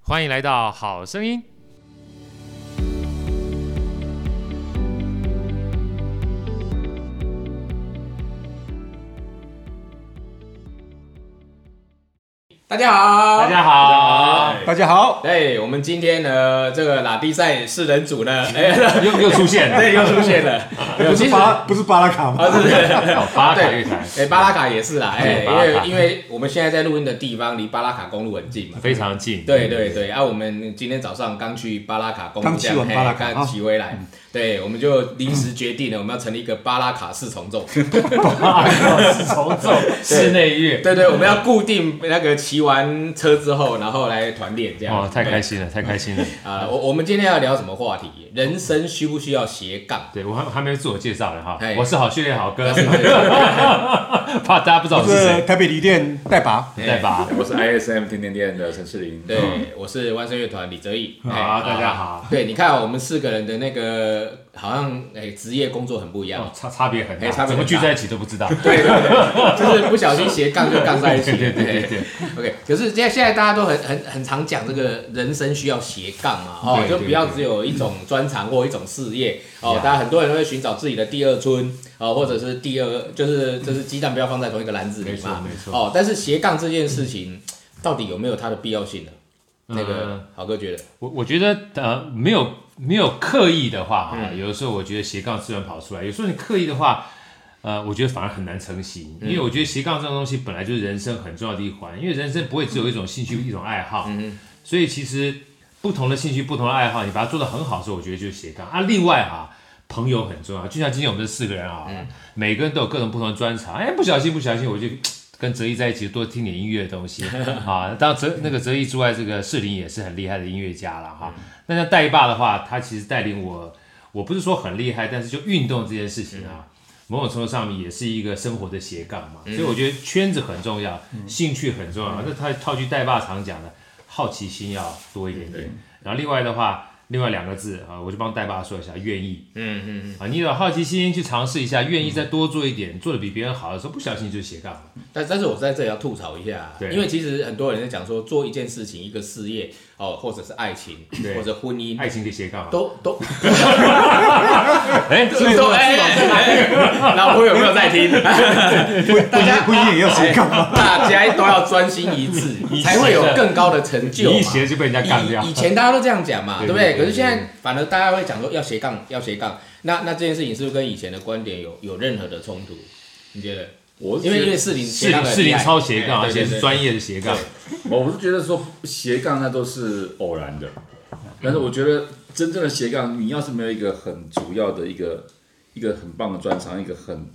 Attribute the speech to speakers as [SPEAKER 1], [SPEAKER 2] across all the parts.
[SPEAKER 1] 欢迎来到《好声音》。
[SPEAKER 2] 大家好，
[SPEAKER 1] 大家好，
[SPEAKER 2] 大家好。哎，我们今天呢，这个拉迪赛四人组呢，哎，
[SPEAKER 1] 又又出现了，
[SPEAKER 2] 对，又出 现了。
[SPEAKER 3] 不是
[SPEAKER 2] 其实
[SPEAKER 3] 巴不是巴拉卡吗？
[SPEAKER 2] 啊，是是。
[SPEAKER 1] 哦巴卡
[SPEAKER 2] 对
[SPEAKER 1] 乐团
[SPEAKER 2] 哎，巴拉卡也是啦，哎，
[SPEAKER 1] 对巴
[SPEAKER 2] 因
[SPEAKER 1] 拉卡
[SPEAKER 2] 为因为我们现在在录音的地方离巴拉卡公路很近嘛。
[SPEAKER 1] 非常近，
[SPEAKER 2] 对对对，啊，我们今天早上刚去巴拉卡公路
[SPEAKER 3] 刚
[SPEAKER 2] 这
[SPEAKER 3] 骑
[SPEAKER 2] 样，
[SPEAKER 3] 完巴拉卡
[SPEAKER 2] 嘿
[SPEAKER 3] 啊
[SPEAKER 2] 刚骑回来，对，我们就临时决定了，我们要成立一个巴拉卡四重奏。
[SPEAKER 1] 四重奏室内乐，
[SPEAKER 2] 对对，我们要固定那个骑完车之后，然后来团练这样。
[SPEAKER 1] 哦，太开
[SPEAKER 2] 心
[SPEAKER 1] 心了，太开心了。
[SPEAKER 2] 啊！我我们今天要聊什么话题？人生需不需要斜杠？
[SPEAKER 1] 对我还还没有自我介绍呢哈
[SPEAKER 2] 哎，
[SPEAKER 1] 我是好训练好哥，
[SPEAKER 2] 对
[SPEAKER 1] 怕大家不知道我是
[SPEAKER 3] 是
[SPEAKER 1] 谁，
[SPEAKER 3] 台北梨店代拔，
[SPEAKER 1] 对吧？
[SPEAKER 4] 我是 ISM 天天店的陈世林。
[SPEAKER 2] 对，我是万声乐团李泽义。
[SPEAKER 1] 好，
[SPEAKER 2] 哎
[SPEAKER 1] 嗯啊大家好，
[SPEAKER 2] 对，你看哦我们四个人的那个好像哎职业工作很不一
[SPEAKER 1] 哦
[SPEAKER 2] 样，
[SPEAKER 1] 差差别很
[SPEAKER 2] 哎
[SPEAKER 1] 大，
[SPEAKER 2] 差别很大
[SPEAKER 1] 怎么聚在一起都不知 道。
[SPEAKER 2] 对对对，就是不小心斜杠就杠在一 起。
[SPEAKER 1] 对对对对对
[SPEAKER 2] OK，可是现在现在大家都很很很常讲这个人生需要斜杠嘛，哦，
[SPEAKER 1] 对
[SPEAKER 2] 就
[SPEAKER 1] 对
[SPEAKER 2] 不要
[SPEAKER 1] 对
[SPEAKER 2] 只有一种专长或一种事业哦
[SPEAKER 1] Yeah，
[SPEAKER 2] 大家很多人会寻找自己的第二春哦，或者是第二就是就是鸡蛋不要放在同一个篮子里
[SPEAKER 1] 没错
[SPEAKER 2] 嘛，
[SPEAKER 1] 没错
[SPEAKER 2] 哦，但是斜杠这件事情到底有没有它的必要性呢？那
[SPEAKER 1] 嗯
[SPEAKER 2] 个豪哥觉得，
[SPEAKER 1] 我我觉得呃，没有没有刻意的话哈、有的时候我觉得斜杠自然跑出来，有时候你刻意的话，呃，我觉得反而很难成型，因为我觉得斜杠这种东西本来就是人生很重要的一环，因为人生不会只有一种兴趣、一种爱好，所以其实不同的兴趣、不同的爱好，你把它做得很好的时候，我觉得就是斜杠啊。另外哈、朋友很重要，就像今天我们这四个人啊，每个人都有各种不同的专长，哎，不小心不小心我就。跟泽一在一起多听点音乐的东西 啊。当然泽那个泽一之外，这个世林也是很厉害的音乐家了哈。那像带爸的话，他其实带领我，我不是说很厉害，但是就运动这件事情
[SPEAKER 2] 嗯
[SPEAKER 1] 啊，某种程度上面也是一个生活的斜杠嘛。所以我觉得圈子很重要，
[SPEAKER 2] 嗯
[SPEAKER 1] 兴趣很重要。那他套句带爸常讲的，好奇心要多一点点。然后另外的话，另外两个字啊，我就帮带爸说一下，愿意。
[SPEAKER 2] 嗯嗯。
[SPEAKER 1] 啊，你有好奇心去尝试一下，愿意再多做一点，做的比别人好的时候，不小心就是斜杠了。
[SPEAKER 2] 但但是我在这里要吐槽一下，
[SPEAKER 1] 对
[SPEAKER 2] 因为其实很多人在讲说做一件事情，一个事业哦，或者是爱情，
[SPEAKER 1] 对
[SPEAKER 2] 或者婚姻，
[SPEAKER 1] 爱情的斜杠啊，
[SPEAKER 2] 都都
[SPEAKER 1] 哎，
[SPEAKER 2] 都都哎，哎老婆有没有在听？大家
[SPEAKER 3] 不一定也要
[SPEAKER 4] 哎
[SPEAKER 3] 斜杠吗？
[SPEAKER 2] 大家都要专心一致，
[SPEAKER 1] 一
[SPEAKER 2] 才会有
[SPEAKER 1] 致
[SPEAKER 2] 更高的成就嘛。
[SPEAKER 1] 你一斜就被人家干掉
[SPEAKER 2] 以以。前大家都这样讲嘛，
[SPEAKER 1] 对
[SPEAKER 2] 啊对不对？
[SPEAKER 1] 对对
[SPEAKER 2] 可是现在反而大家会讲说要斜杠，要斜杠。那那这件事情是不是跟以前的观点有有任何的冲突？你觉得？
[SPEAKER 4] 我是
[SPEAKER 2] 因为
[SPEAKER 4] 觉
[SPEAKER 2] 因
[SPEAKER 4] 得
[SPEAKER 2] 为四 零
[SPEAKER 1] 是是林超斜杠，而且是专
[SPEAKER 2] 业。
[SPEAKER 1] 业的斜杠。
[SPEAKER 4] 我是觉得说斜杠那都是偶然的，但是我觉得真正的斜杠，你要是没有一个很主要的一个一个很棒的专长，一个很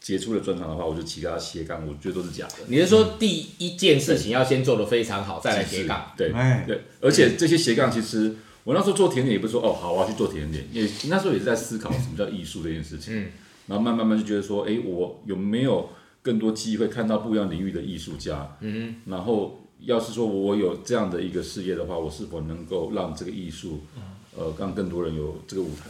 [SPEAKER 4] 杰出的专长的话，我觉得其他斜杠我觉得都是假的。
[SPEAKER 2] 你是说第一件事情要先做的非常好，再来斜杠？
[SPEAKER 4] 对
[SPEAKER 3] 哎
[SPEAKER 4] 对，而且这些斜杠其实。我那时候做甜点也不是说哦好我要去做甜点，也那时候也是在思考什么叫艺术这件事情，
[SPEAKER 2] 嗯
[SPEAKER 4] 然后慢慢慢就觉得说，哎，我有没有更多机会看到不一样领域的艺术家？嗯，然后要是说我有这样的一个事业的话，我是否能够让这个艺术，呃，让更多人有这个舞台？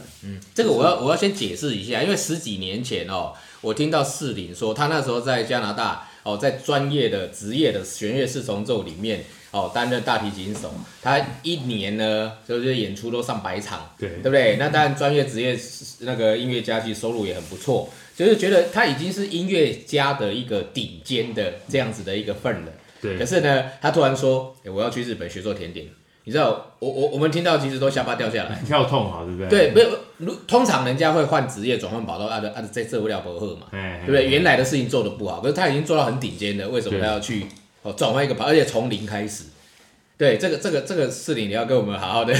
[SPEAKER 2] 这个我要我要先解释一下，因为十几年前哦，我听到士林说他那时候在加拿大哦，在专业的职业的弦乐四重奏里面哦担任大提琴手，他一年呢就是演出都上百场，
[SPEAKER 1] 对
[SPEAKER 2] 对不对？那当然专业职业那个音乐家其实收入也很不错，就是觉得他已经是音乐家的一个顶尖的这样子的一个份了。可
[SPEAKER 1] 对，
[SPEAKER 2] 是呢，他突然说、诶我要去日本学做甜点。你知道，我我我们听到其实都下巴掉下来。
[SPEAKER 1] 跳痛哈，对不对？
[SPEAKER 2] 对，没有，如通常人家会换职业转换跑道，啊的啊的，在这为了不喝嘛，
[SPEAKER 4] 嗯
[SPEAKER 1] 哎，
[SPEAKER 2] 对
[SPEAKER 1] 哎
[SPEAKER 2] 不对？原来的事情做的不好，可是他已经做到很顶尖的，为什么
[SPEAKER 1] 对
[SPEAKER 2] 他要去哦转换一个跑，而且从零开始？对，这个这个这个事情你要跟我们好 好的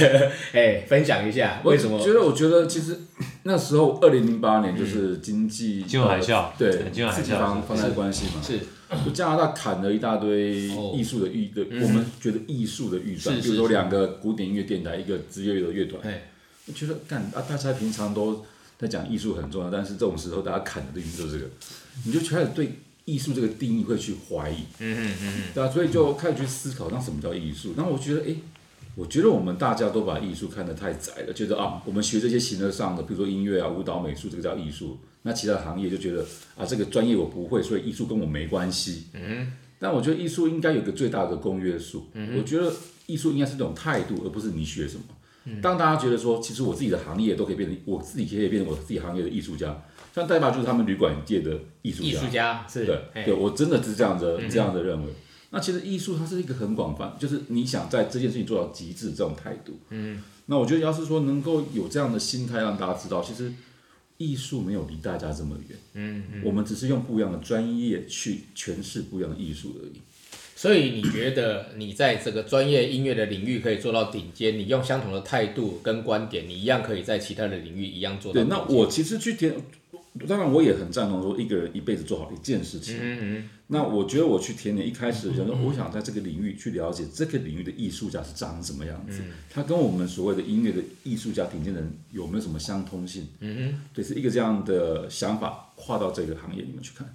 [SPEAKER 2] 哎分享一下，为什么
[SPEAKER 4] 我觉得，我觉得其实那时候二零零八年就是经济
[SPEAKER 1] 金融海啸
[SPEAKER 4] 呃对，
[SPEAKER 1] 金融海啸
[SPEAKER 4] 自己方放在关系嘛，
[SPEAKER 2] 是
[SPEAKER 4] 就加拿大砍了一大堆
[SPEAKER 2] 哦
[SPEAKER 4] 艺术的预的，我们觉得艺术的预算，
[SPEAKER 2] 是
[SPEAKER 4] 比
[SPEAKER 2] 是
[SPEAKER 4] 如说两个古典音乐电台，一个职业的乐团，
[SPEAKER 2] 哎
[SPEAKER 4] 我觉得干啊，大家平常都在讲艺术很重要，但是这种时候大家砍的东西就是这个，你就开始对艺术这个定义会去怀疑，嗯嗯嗯，对啊，所以就开始去思考，那什么叫艺术？那我觉得，哎、我觉得我们大家都把艺术看得太窄了，觉得啊，我们学这些形而上的，比如说音乐啊、舞蹈、美术，这个叫艺术。那其他行业就觉得啊，这个专业我不会，所以艺术跟我没关系。嗯，但我觉得艺术应该有个最大的公约数。
[SPEAKER 2] 嗯
[SPEAKER 4] 我觉得艺术应该是那种态度，而不是你学什么。
[SPEAKER 2] 嗯
[SPEAKER 4] 当大家觉得说，其实我自己的行业都可以变成，我自己可以变成我自己行业的艺术家，像代爸就是他们旅馆界的艺术
[SPEAKER 2] 艺术家是
[SPEAKER 4] 对，嗯
[SPEAKER 2] 哎
[SPEAKER 4] 对我真的是这样子这样的认为。那其实艺术它是一个很广泛，就是你想在这件事情做到极致这种态度。嗯，那我觉得要是说能够有这样的心态，让大家知道，其实艺术没有离大家这么远。嗯，我们只是用不一样的专业去诠释不一样的艺术而已。
[SPEAKER 2] 所以你觉得你在这个专业音乐的领域可以做到顶尖，你用相同的态度跟观点，你一样可以在其他的领域一样做到
[SPEAKER 4] 对，
[SPEAKER 2] 顶尖。
[SPEAKER 4] 那我其实去填，当然我也很赞同说一个人一辈子做好一件事情。
[SPEAKER 2] 嗯
[SPEAKER 4] 那我觉得我去田野一开始想说，我想在这个领域去了解这个领域的艺术家是长什么样子，他跟我们所谓的音乐的艺术家顶尖人有没有什么相通性？嗯哼，对，是一个这样的想法跨到这个行业里面去看，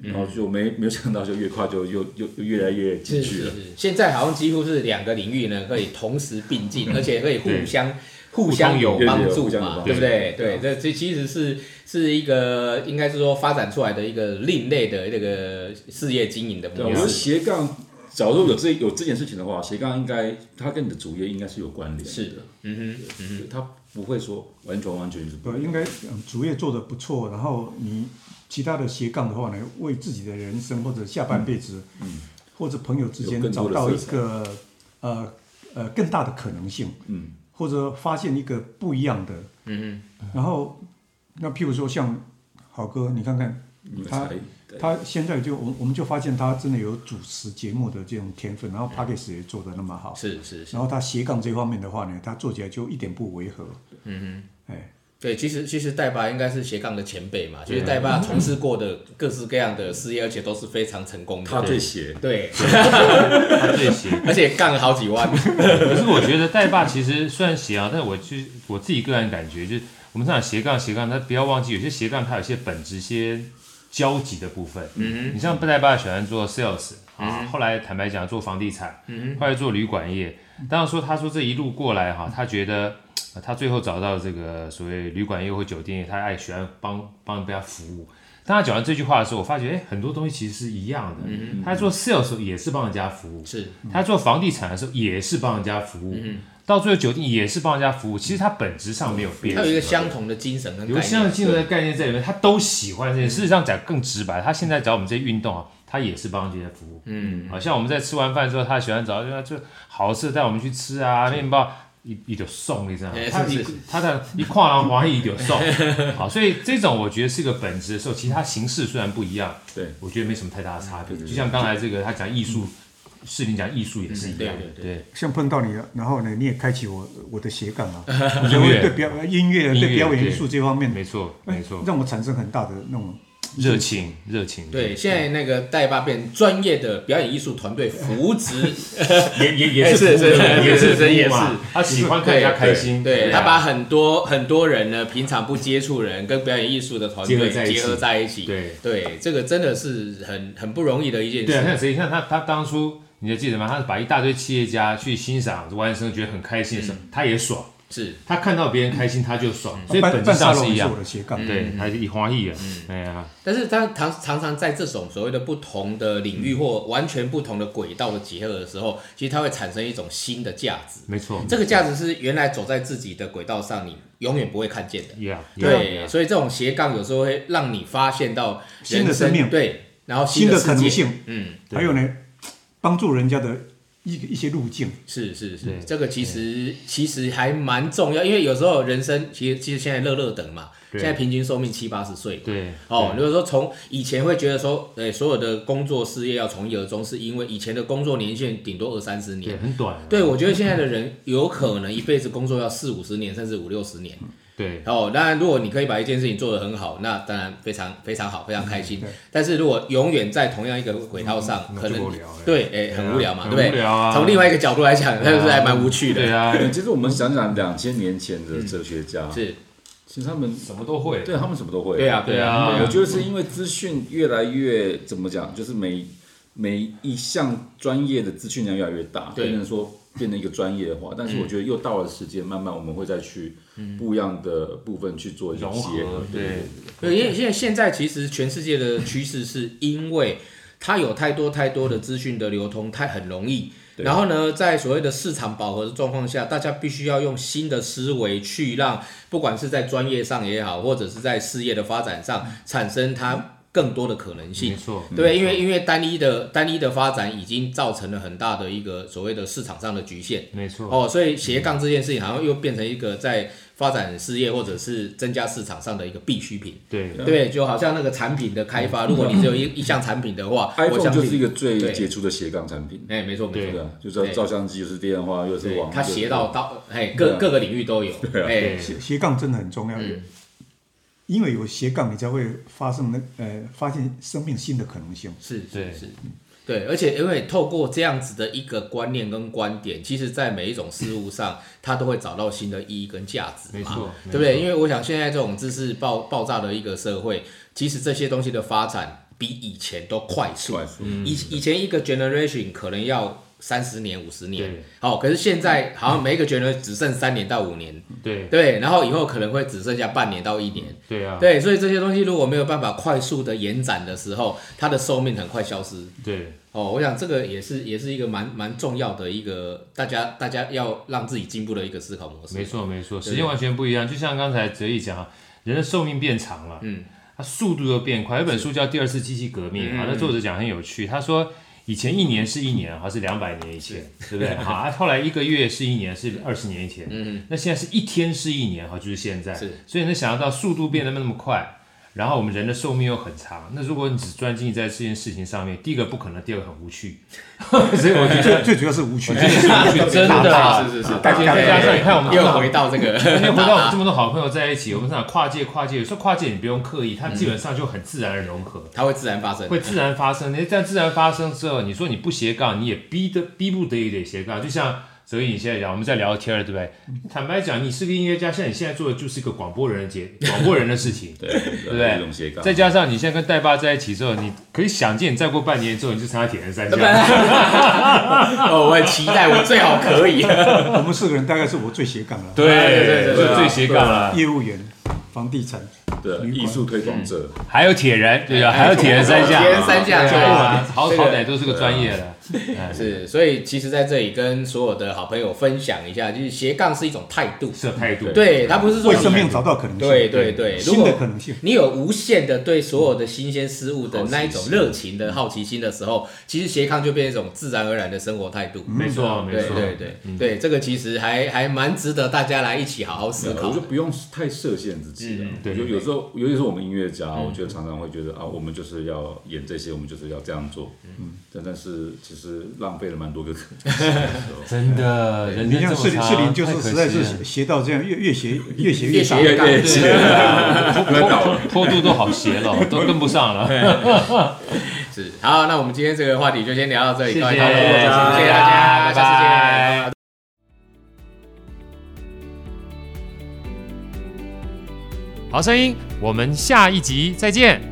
[SPEAKER 4] 然后就没没有想到就越跨就又又又越来越进
[SPEAKER 2] 是
[SPEAKER 4] 去
[SPEAKER 2] 是
[SPEAKER 4] 了
[SPEAKER 2] 是。，现在好像几乎是两个领域呢可以同时并进，而且可以互相互相有帮助
[SPEAKER 4] 互嗯相有
[SPEAKER 2] 嘛，
[SPEAKER 4] 帮助
[SPEAKER 2] 对不对？对，
[SPEAKER 4] 对啊
[SPEAKER 2] 这这其实是是一个应该是说发展出来的一个另类的那个事业经营的
[SPEAKER 4] 对，我
[SPEAKER 2] 模
[SPEAKER 4] 觉得
[SPEAKER 2] 式。
[SPEAKER 4] 斜杠，假如有这有这件事情的话，斜杠应该它跟你的主业应该是有关联的。
[SPEAKER 2] 是的，
[SPEAKER 4] 嗯哼，嗯哼，它不会说完全完全就是
[SPEAKER 3] 对，应该嗯主业做得不错，然后你其他的斜杠的话呢，为自己的人生或者下半辈子，或者朋友之
[SPEAKER 4] 嗯有更
[SPEAKER 3] 间
[SPEAKER 4] 多
[SPEAKER 3] 找
[SPEAKER 4] 的
[SPEAKER 3] 到一
[SPEAKER 4] 色彩
[SPEAKER 3] 个呃呃更大的可能性，
[SPEAKER 4] 嗯，
[SPEAKER 3] 或者发现一个不一样的，嗯然后那譬如说像好哥，你看看
[SPEAKER 4] 你
[SPEAKER 3] 他
[SPEAKER 4] 才对
[SPEAKER 3] 他现在就我我们就发现他真的有主持节目的这种天分，
[SPEAKER 1] 嗯
[SPEAKER 3] 然后 p a c k a g e 也做得那么好，
[SPEAKER 2] 是是是，
[SPEAKER 3] 然后他斜杠这方面的话呢，他做起来就一点不违和，嗯哼，哎。
[SPEAKER 2] 对，其实其实代爸应该是斜杠的前辈嘛，其
[SPEAKER 4] 嗯
[SPEAKER 2] 实代爸从事过的各式各样的事业，而且都是非常成功的。
[SPEAKER 4] 他最斜，
[SPEAKER 2] 对，
[SPEAKER 1] 他最斜。
[SPEAKER 2] 而且杠了好几万。
[SPEAKER 1] 可是我觉得带爸其实虽然斜啊， 但我就我自己个人感觉，就是我们常讲斜杠斜杠，但不要忘记有些斜杠它有些本质、一些交集的部分。嗯你像带爸喜欢做 sales 啊，后来坦白讲做房地产，嗯，后来做旅馆业。当然说他说这一路过来哈、他觉得。呃他最后找到这个所谓旅馆业或酒店业，他爱喜欢帮帮人家服务。当他讲完这句话的时候，我发觉哎，很多东西其实是一样的。他做 sales 的时候也是帮人家服务，
[SPEAKER 2] 是，
[SPEAKER 1] 他做房地产的时候也是帮人家服务，
[SPEAKER 2] 嗯
[SPEAKER 1] 到最后酒店也是帮人家服务。其实他本质上没有变
[SPEAKER 2] 他，有一个相同的精神跟概
[SPEAKER 1] 有
[SPEAKER 2] 念。嗯
[SPEAKER 1] 像金融的概念在里面，他都喜欢这些。事实上讲更直白，他现在找我们这些运动啊，他也是帮这些服务。嗯，好像我们在吃完饭之后，他喜欢找就就好吃的带我们去吃啊，面包。一一就送，你知道吗
[SPEAKER 2] 哎？
[SPEAKER 1] 他
[SPEAKER 2] 是
[SPEAKER 1] 一
[SPEAKER 2] 是
[SPEAKER 1] 他的一跨栏华裔就 送，好，所以这种我觉得是个本质的时候，其实它形式虽然不一样，
[SPEAKER 4] 对，
[SPEAKER 1] 我觉得没什么太大的差别。
[SPEAKER 2] 嗯
[SPEAKER 4] 对对
[SPEAKER 1] 就像刚才这个他讲艺术，视频讲艺术也是一样，
[SPEAKER 2] 嗯对对
[SPEAKER 1] 对。
[SPEAKER 3] 像碰到你，了，然后呢，你也开启我我的斜杠 啊，
[SPEAKER 1] 音乐
[SPEAKER 3] 对表音乐、
[SPEAKER 1] 音乐
[SPEAKER 3] 对表演艺术这方面，哎
[SPEAKER 1] 没错，没错，
[SPEAKER 3] 让我产生很大的那种
[SPEAKER 1] 热情，热情，
[SPEAKER 2] 对，现在那个代爸变专业的表演艺术团队 扶植，
[SPEAKER 1] 也也
[SPEAKER 2] 哎
[SPEAKER 1] 也是
[SPEAKER 2] 是是是
[SPEAKER 1] 也
[SPEAKER 2] 是是
[SPEAKER 1] 是
[SPEAKER 2] 也是
[SPEAKER 1] 他喜欢看人家开心，
[SPEAKER 2] 对对
[SPEAKER 1] 啊
[SPEAKER 2] 他把很多很多人呢，平常不接触人跟表演艺术的团队
[SPEAKER 1] 结合在一起
[SPEAKER 2] 结合在一起，
[SPEAKER 1] 对
[SPEAKER 2] 对，这个真的是很很不容易的一件
[SPEAKER 1] 对啊，
[SPEAKER 2] 事。
[SPEAKER 1] 像谁像他他当初你还记得吗？他把一大堆企业家去欣赏完成觉得很开心的时候，
[SPEAKER 2] 嗯
[SPEAKER 1] 他也爽，
[SPEAKER 2] 是，
[SPEAKER 1] 他看到别人开心他就爽，
[SPEAKER 2] 嗯
[SPEAKER 1] 所以
[SPEAKER 3] 半
[SPEAKER 1] 本质
[SPEAKER 3] 半沙
[SPEAKER 1] 上
[SPEAKER 3] 龙
[SPEAKER 1] 是一
[SPEAKER 3] 也是
[SPEAKER 1] 样
[SPEAKER 3] 我，的斜杠，
[SPEAKER 1] 对，他是一花一啊，哎呀，
[SPEAKER 2] 但是他常常常在这种所谓的不同的领域或
[SPEAKER 1] 嗯
[SPEAKER 2] 完全不同的轨道的结合的时候，其实它会产生一种新的价值。
[SPEAKER 1] 没错
[SPEAKER 2] 这个价值是原来走在自己的轨道上，你永远不会看见的。
[SPEAKER 1] ，Yeah，
[SPEAKER 2] 对，啊所以这种斜杠有时候会让你发现到
[SPEAKER 3] 新的
[SPEAKER 2] 人生
[SPEAKER 3] 生命
[SPEAKER 2] 对，然后
[SPEAKER 3] 新
[SPEAKER 2] 的
[SPEAKER 3] 的
[SPEAKER 2] 世界
[SPEAKER 3] 可能，性，
[SPEAKER 2] 嗯，
[SPEAKER 1] 对
[SPEAKER 3] 还有呢，帮助人家的一一些路径，
[SPEAKER 2] 是是是
[SPEAKER 1] 对，
[SPEAKER 2] 这个其实其实还蛮重要，因为有时候人生其实其实现在乐乐等嘛，现
[SPEAKER 1] 对
[SPEAKER 2] 在平均寿命七八十岁嘛，
[SPEAKER 1] 对，
[SPEAKER 2] 哦，如果说从以前会觉得说，呃，所有的工作事业要从一而终，是因为以前的工作年限顶多二三十
[SPEAKER 1] 对，
[SPEAKER 2] 年。
[SPEAKER 1] 很短啊，
[SPEAKER 2] 对，我觉得现在的人有可能一辈子工作要四五十年，甚至五六十年。
[SPEAKER 1] 对，
[SPEAKER 2] 哦，当然，如果你可以把一件事情做得很好，那当然非常非常好，非常开心。
[SPEAKER 3] 对
[SPEAKER 2] 但是如果永远在同样一个轨道上，
[SPEAKER 1] 嗯
[SPEAKER 2] 可
[SPEAKER 1] 那
[SPEAKER 2] 能
[SPEAKER 1] 就无聊了
[SPEAKER 2] 对，哎、很无聊嘛，
[SPEAKER 1] 很
[SPEAKER 2] 对不对？
[SPEAKER 1] 无聊啊
[SPEAKER 2] 从另外一个角度来讲，那就是还蛮无趣的。
[SPEAKER 1] 对啊，
[SPEAKER 4] 哎其实我们想想两千年前的哲学家，
[SPEAKER 2] 嗯是，
[SPEAKER 4] 其实他们
[SPEAKER 1] 什么都会，
[SPEAKER 4] 对他们什么都会，
[SPEAKER 2] 对啊，
[SPEAKER 1] 对啊
[SPEAKER 4] 我觉得是因为资讯越来越怎么讲，就是每每一项专业的资讯量越来越大，
[SPEAKER 2] 对嗯
[SPEAKER 4] 变成说变成一个专业化。但是我觉得又到了时间，慢慢我们会再去不一样的部分去做一些
[SPEAKER 1] 融
[SPEAKER 4] 结合
[SPEAKER 1] 合，，
[SPEAKER 4] 对
[SPEAKER 1] 对，
[SPEAKER 2] 对，因为现在现在其实全世界的趋势是因为它有太多太多的资讯的流通，太很容易。然后呢，在所谓的市场饱和的状况下，大家必须要用新的思维去让，不管是在专业上也好，或者是在事业的发展上，产生它更多的可能性
[SPEAKER 1] 嗯没。错，
[SPEAKER 2] 对，因为因为单一的单一的发展已经造成了很大的一个所谓的市场上的局限。
[SPEAKER 1] 没错，
[SPEAKER 2] 哦，所以斜杠这件事情好像又变成一个在发展事业或者是增加市场上的一个必需品。
[SPEAKER 1] 对，
[SPEAKER 4] 嗯
[SPEAKER 2] 对，就好像那个产品的开发，如果你只有一一项产品的话，我
[SPEAKER 4] iPhone
[SPEAKER 2] 相
[SPEAKER 4] 就是一
[SPEAKER 2] 信，
[SPEAKER 4] 个最
[SPEAKER 2] 对
[SPEAKER 4] 杰出的斜杠产品，
[SPEAKER 2] 哎，没错没
[SPEAKER 1] 对
[SPEAKER 2] 错
[SPEAKER 4] 对，啊，就是照相机，又是电话，又是
[SPEAKER 2] 对
[SPEAKER 4] 网，络，
[SPEAKER 2] 它斜到到哎各
[SPEAKER 4] 对啊
[SPEAKER 2] 各个领域都有，哎
[SPEAKER 1] 对，嗯
[SPEAKER 3] 斜斜杠真的很重要，因为有斜杠，你才会发生那呃发现生命新的可能性。
[SPEAKER 2] 是
[SPEAKER 1] 对
[SPEAKER 2] 是是，对，而且因为透过这样子的一个观念跟观点，其实在每一种事物上，它都会找到新的意义跟价值
[SPEAKER 1] 没
[SPEAKER 2] 嘛
[SPEAKER 1] 错，
[SPEAKER 2] 对不对？
[SPEAKER 1] 没错
[SPEAKER 2] 因为我想现在这种知识爆爆炸的一个社会，其实这些东西的发展比以前都快速，
[SPEAKER 4] 快速，。
[SPEAKER 1] 嗯
[SPEAKER 2] 以以前一个 generation 可能要。三十年、五十年
[SPEAKER 1] 对，
[SPEAKER 2] 好、可是现在好像每一个 generation 只剩三年到五年，
[SPEAKER 1] 对，
[SPEAKER 2] 对，然后以后可能会只剩下半年到一年，
[SPEAKER 1] 对啊，
[SPEAKER 2] 对，所以这些东西如果没有办法快速的延展的时候，它的寿命很快消失。
[SPEAKER 1] 对，
[SPEAKER 2] 哦，我想这个也是也是一个蛮蛮重要的一个大家大家要让自己进步的一个思考模式。
[SPEAKER 1] 没，错没错，
[SPEAKER 2] 对
[SPEAKER 1] 时间完全不一样。就像刚才哲毅讲啊，人的寿命变长了，嗯，它速度又变快。有本书叫《第二次机器革命》啊，那作者讲很有趣，他说。以前一年是一年，还是两百年以前，对不 对？好，啊后来一个月是一年，是二十年以前。嗯，那现在是一天是一年，哈，就是现在。
[SPEAKER 2] 是，
[SPEAKER 1] 所以能想象到速度变得那么快，然后我们人的寿命又很长。那如果你只专精在这件事情上面，第一个不可能，第二个很无 趣。所以我觉
[SPEAKER 3] 最
[SPEAKER 1] 得
[SPEAKER 3] 最主要是无趣，
[SPEAKER 1] 真 的啊
[SPEAKER 2] 是是是，
[SPEAKER 1] 感觉再加上你看我们
[SPEAKER 2] 又回到这 个，
[SPEAKER 1] 而且回到我们这么多好朋友在一起，我们想跨界跨界，有时候跨界你不用刻意，它基本上就很自然的融合，
[SPEAKER 2] 它会自然发生。
[SPEAKER 1] 会自然发生。你在自然发生之后，你说你不斜杠，你也逼得逼不得已得斜杠。就像泽宇你现在讲，我们在聊天了，对不对？坦白讲，你是个音乐家，像你现在做的就是一个广播人的节，广播人的事 情
[SPEAKER 4] 对对
[SPEAKER 1] 对不对
[SPEAKER 4] 一种
[SPEAKER 2] 啊
[SPEAKER 4] 斜杠，
[SPEAKER 1] 再加上你现在跟戴爸在一起之后，你可以想见，再过半年之后你就参加铁人三项。
[SPEAKER 2] 哦，我很期待，我最好可 以。
[SPEAKER 3] 我们四个人大概是我最斜杠了，
[SPEAKER 2] 对对对对
[SPEAKER 1] 是最斜杠了。
[SPEAKER 3] 业务员、房地产，
[SPEAKER 4] 对艺术推
[SPEAKER 2] 嗯
[SPEAKER 4] 广者，
[SPEAKER 1] 还有铁人，对吧？还有哎铁人三项，
[SPEAKER 2] 铁人三项
[SPEAKER 1] 对啊
[SPEAKER 2] 对
[SPEAKER 1] 好
[SPEAKER 2] 这个
[SPEAKER 1] 好歹都是个专业的。哎
[SPEAKER 2] 是，所以其实在这里跟所有的好朋友分享一下，就是斜杠是一种态度。
[SPEAKER 1] 是有态度，
[SPEAKER 2] 对，它不是说
[SPEAKER 3] 为
[SPEAKER 2] 你
[SPEAKER 3] 生命找到可能性，
[SPEAKER 2] 对对对，如
[SPEAKER 3] 新
[SPEAKER 2] 果
[SPEAKER 3] 的可能性。
[SPEAKER 2] 你有无限的对所有的新鲜事物的那一种热情的好奇心的时候，其实斜抗就变成一种自然而然的生活态度。
[SPEAKER 1] 没错没
[SPEAKER 2] 对
[SPEAKER 1] 错，嗯
[SPEAKER 2] 对对、对，这个其实还还蛮值得大家来一起好好思
[SPEAKER 4] 我
[SPEAKER 2] 考
[SPEAKER 4] 就。不用太设限自己了
[SPEAKER 1] 嗯。对
[SPEAKER 4] 就有时候，尤其是我们音乐家，我觉得常常会觉得啊，我们就是要演这些，我们就是要这样做。嗯，但但是其实浪费了蛮多个可能性的时候
[SPEAKER 1] 真的，人
[SPEAKER 3] 你
[SPEAKER 1] 生这
[SPEAKER 3] 像
[SPEAKER 1] 么
[SPEAKER 3] 四零
[SPEAKER 1] 长
[SPEAKER 3] 四零，就
[SPEAKER 1] 太
[SPEAKER 3] 是
[SPEAKER 1] 可
[SPEAKER 3] 实在
[SPEAKER 1] 惜了
[SPEAKER 3] 是斜到这样，越越斜越斜
[SPEAKER 2] 越
[SPEAKER 3] 越
[SPEAKER 2] 斜
[SPEAKER 3] 大。
[SPEAKER 2] 越杠
[SPEAKER 4] 对
[SPEAKER 2] 对
[SPEAKER 4] 不要 倒了。
[SPEAKER 1] 坡度啊都好斜 了，都跟不上了。
[SPEAKER 2] 是好，那我们今天这个话题就先聊到这里，
[SPEAKER 1] 谢谢
[SPEAKER 2] 告一段落
[SPEAKER 1] 谢谢大家
[SPEAKER 2] 谢谢大
[SPEAKER 1] 拜
[SPEAKER 2] 家，
[SPEAKER 1] 拜
[SPEAKER 2] 下次见。
[SPEAKER 1] 好声音，我们下一集再见。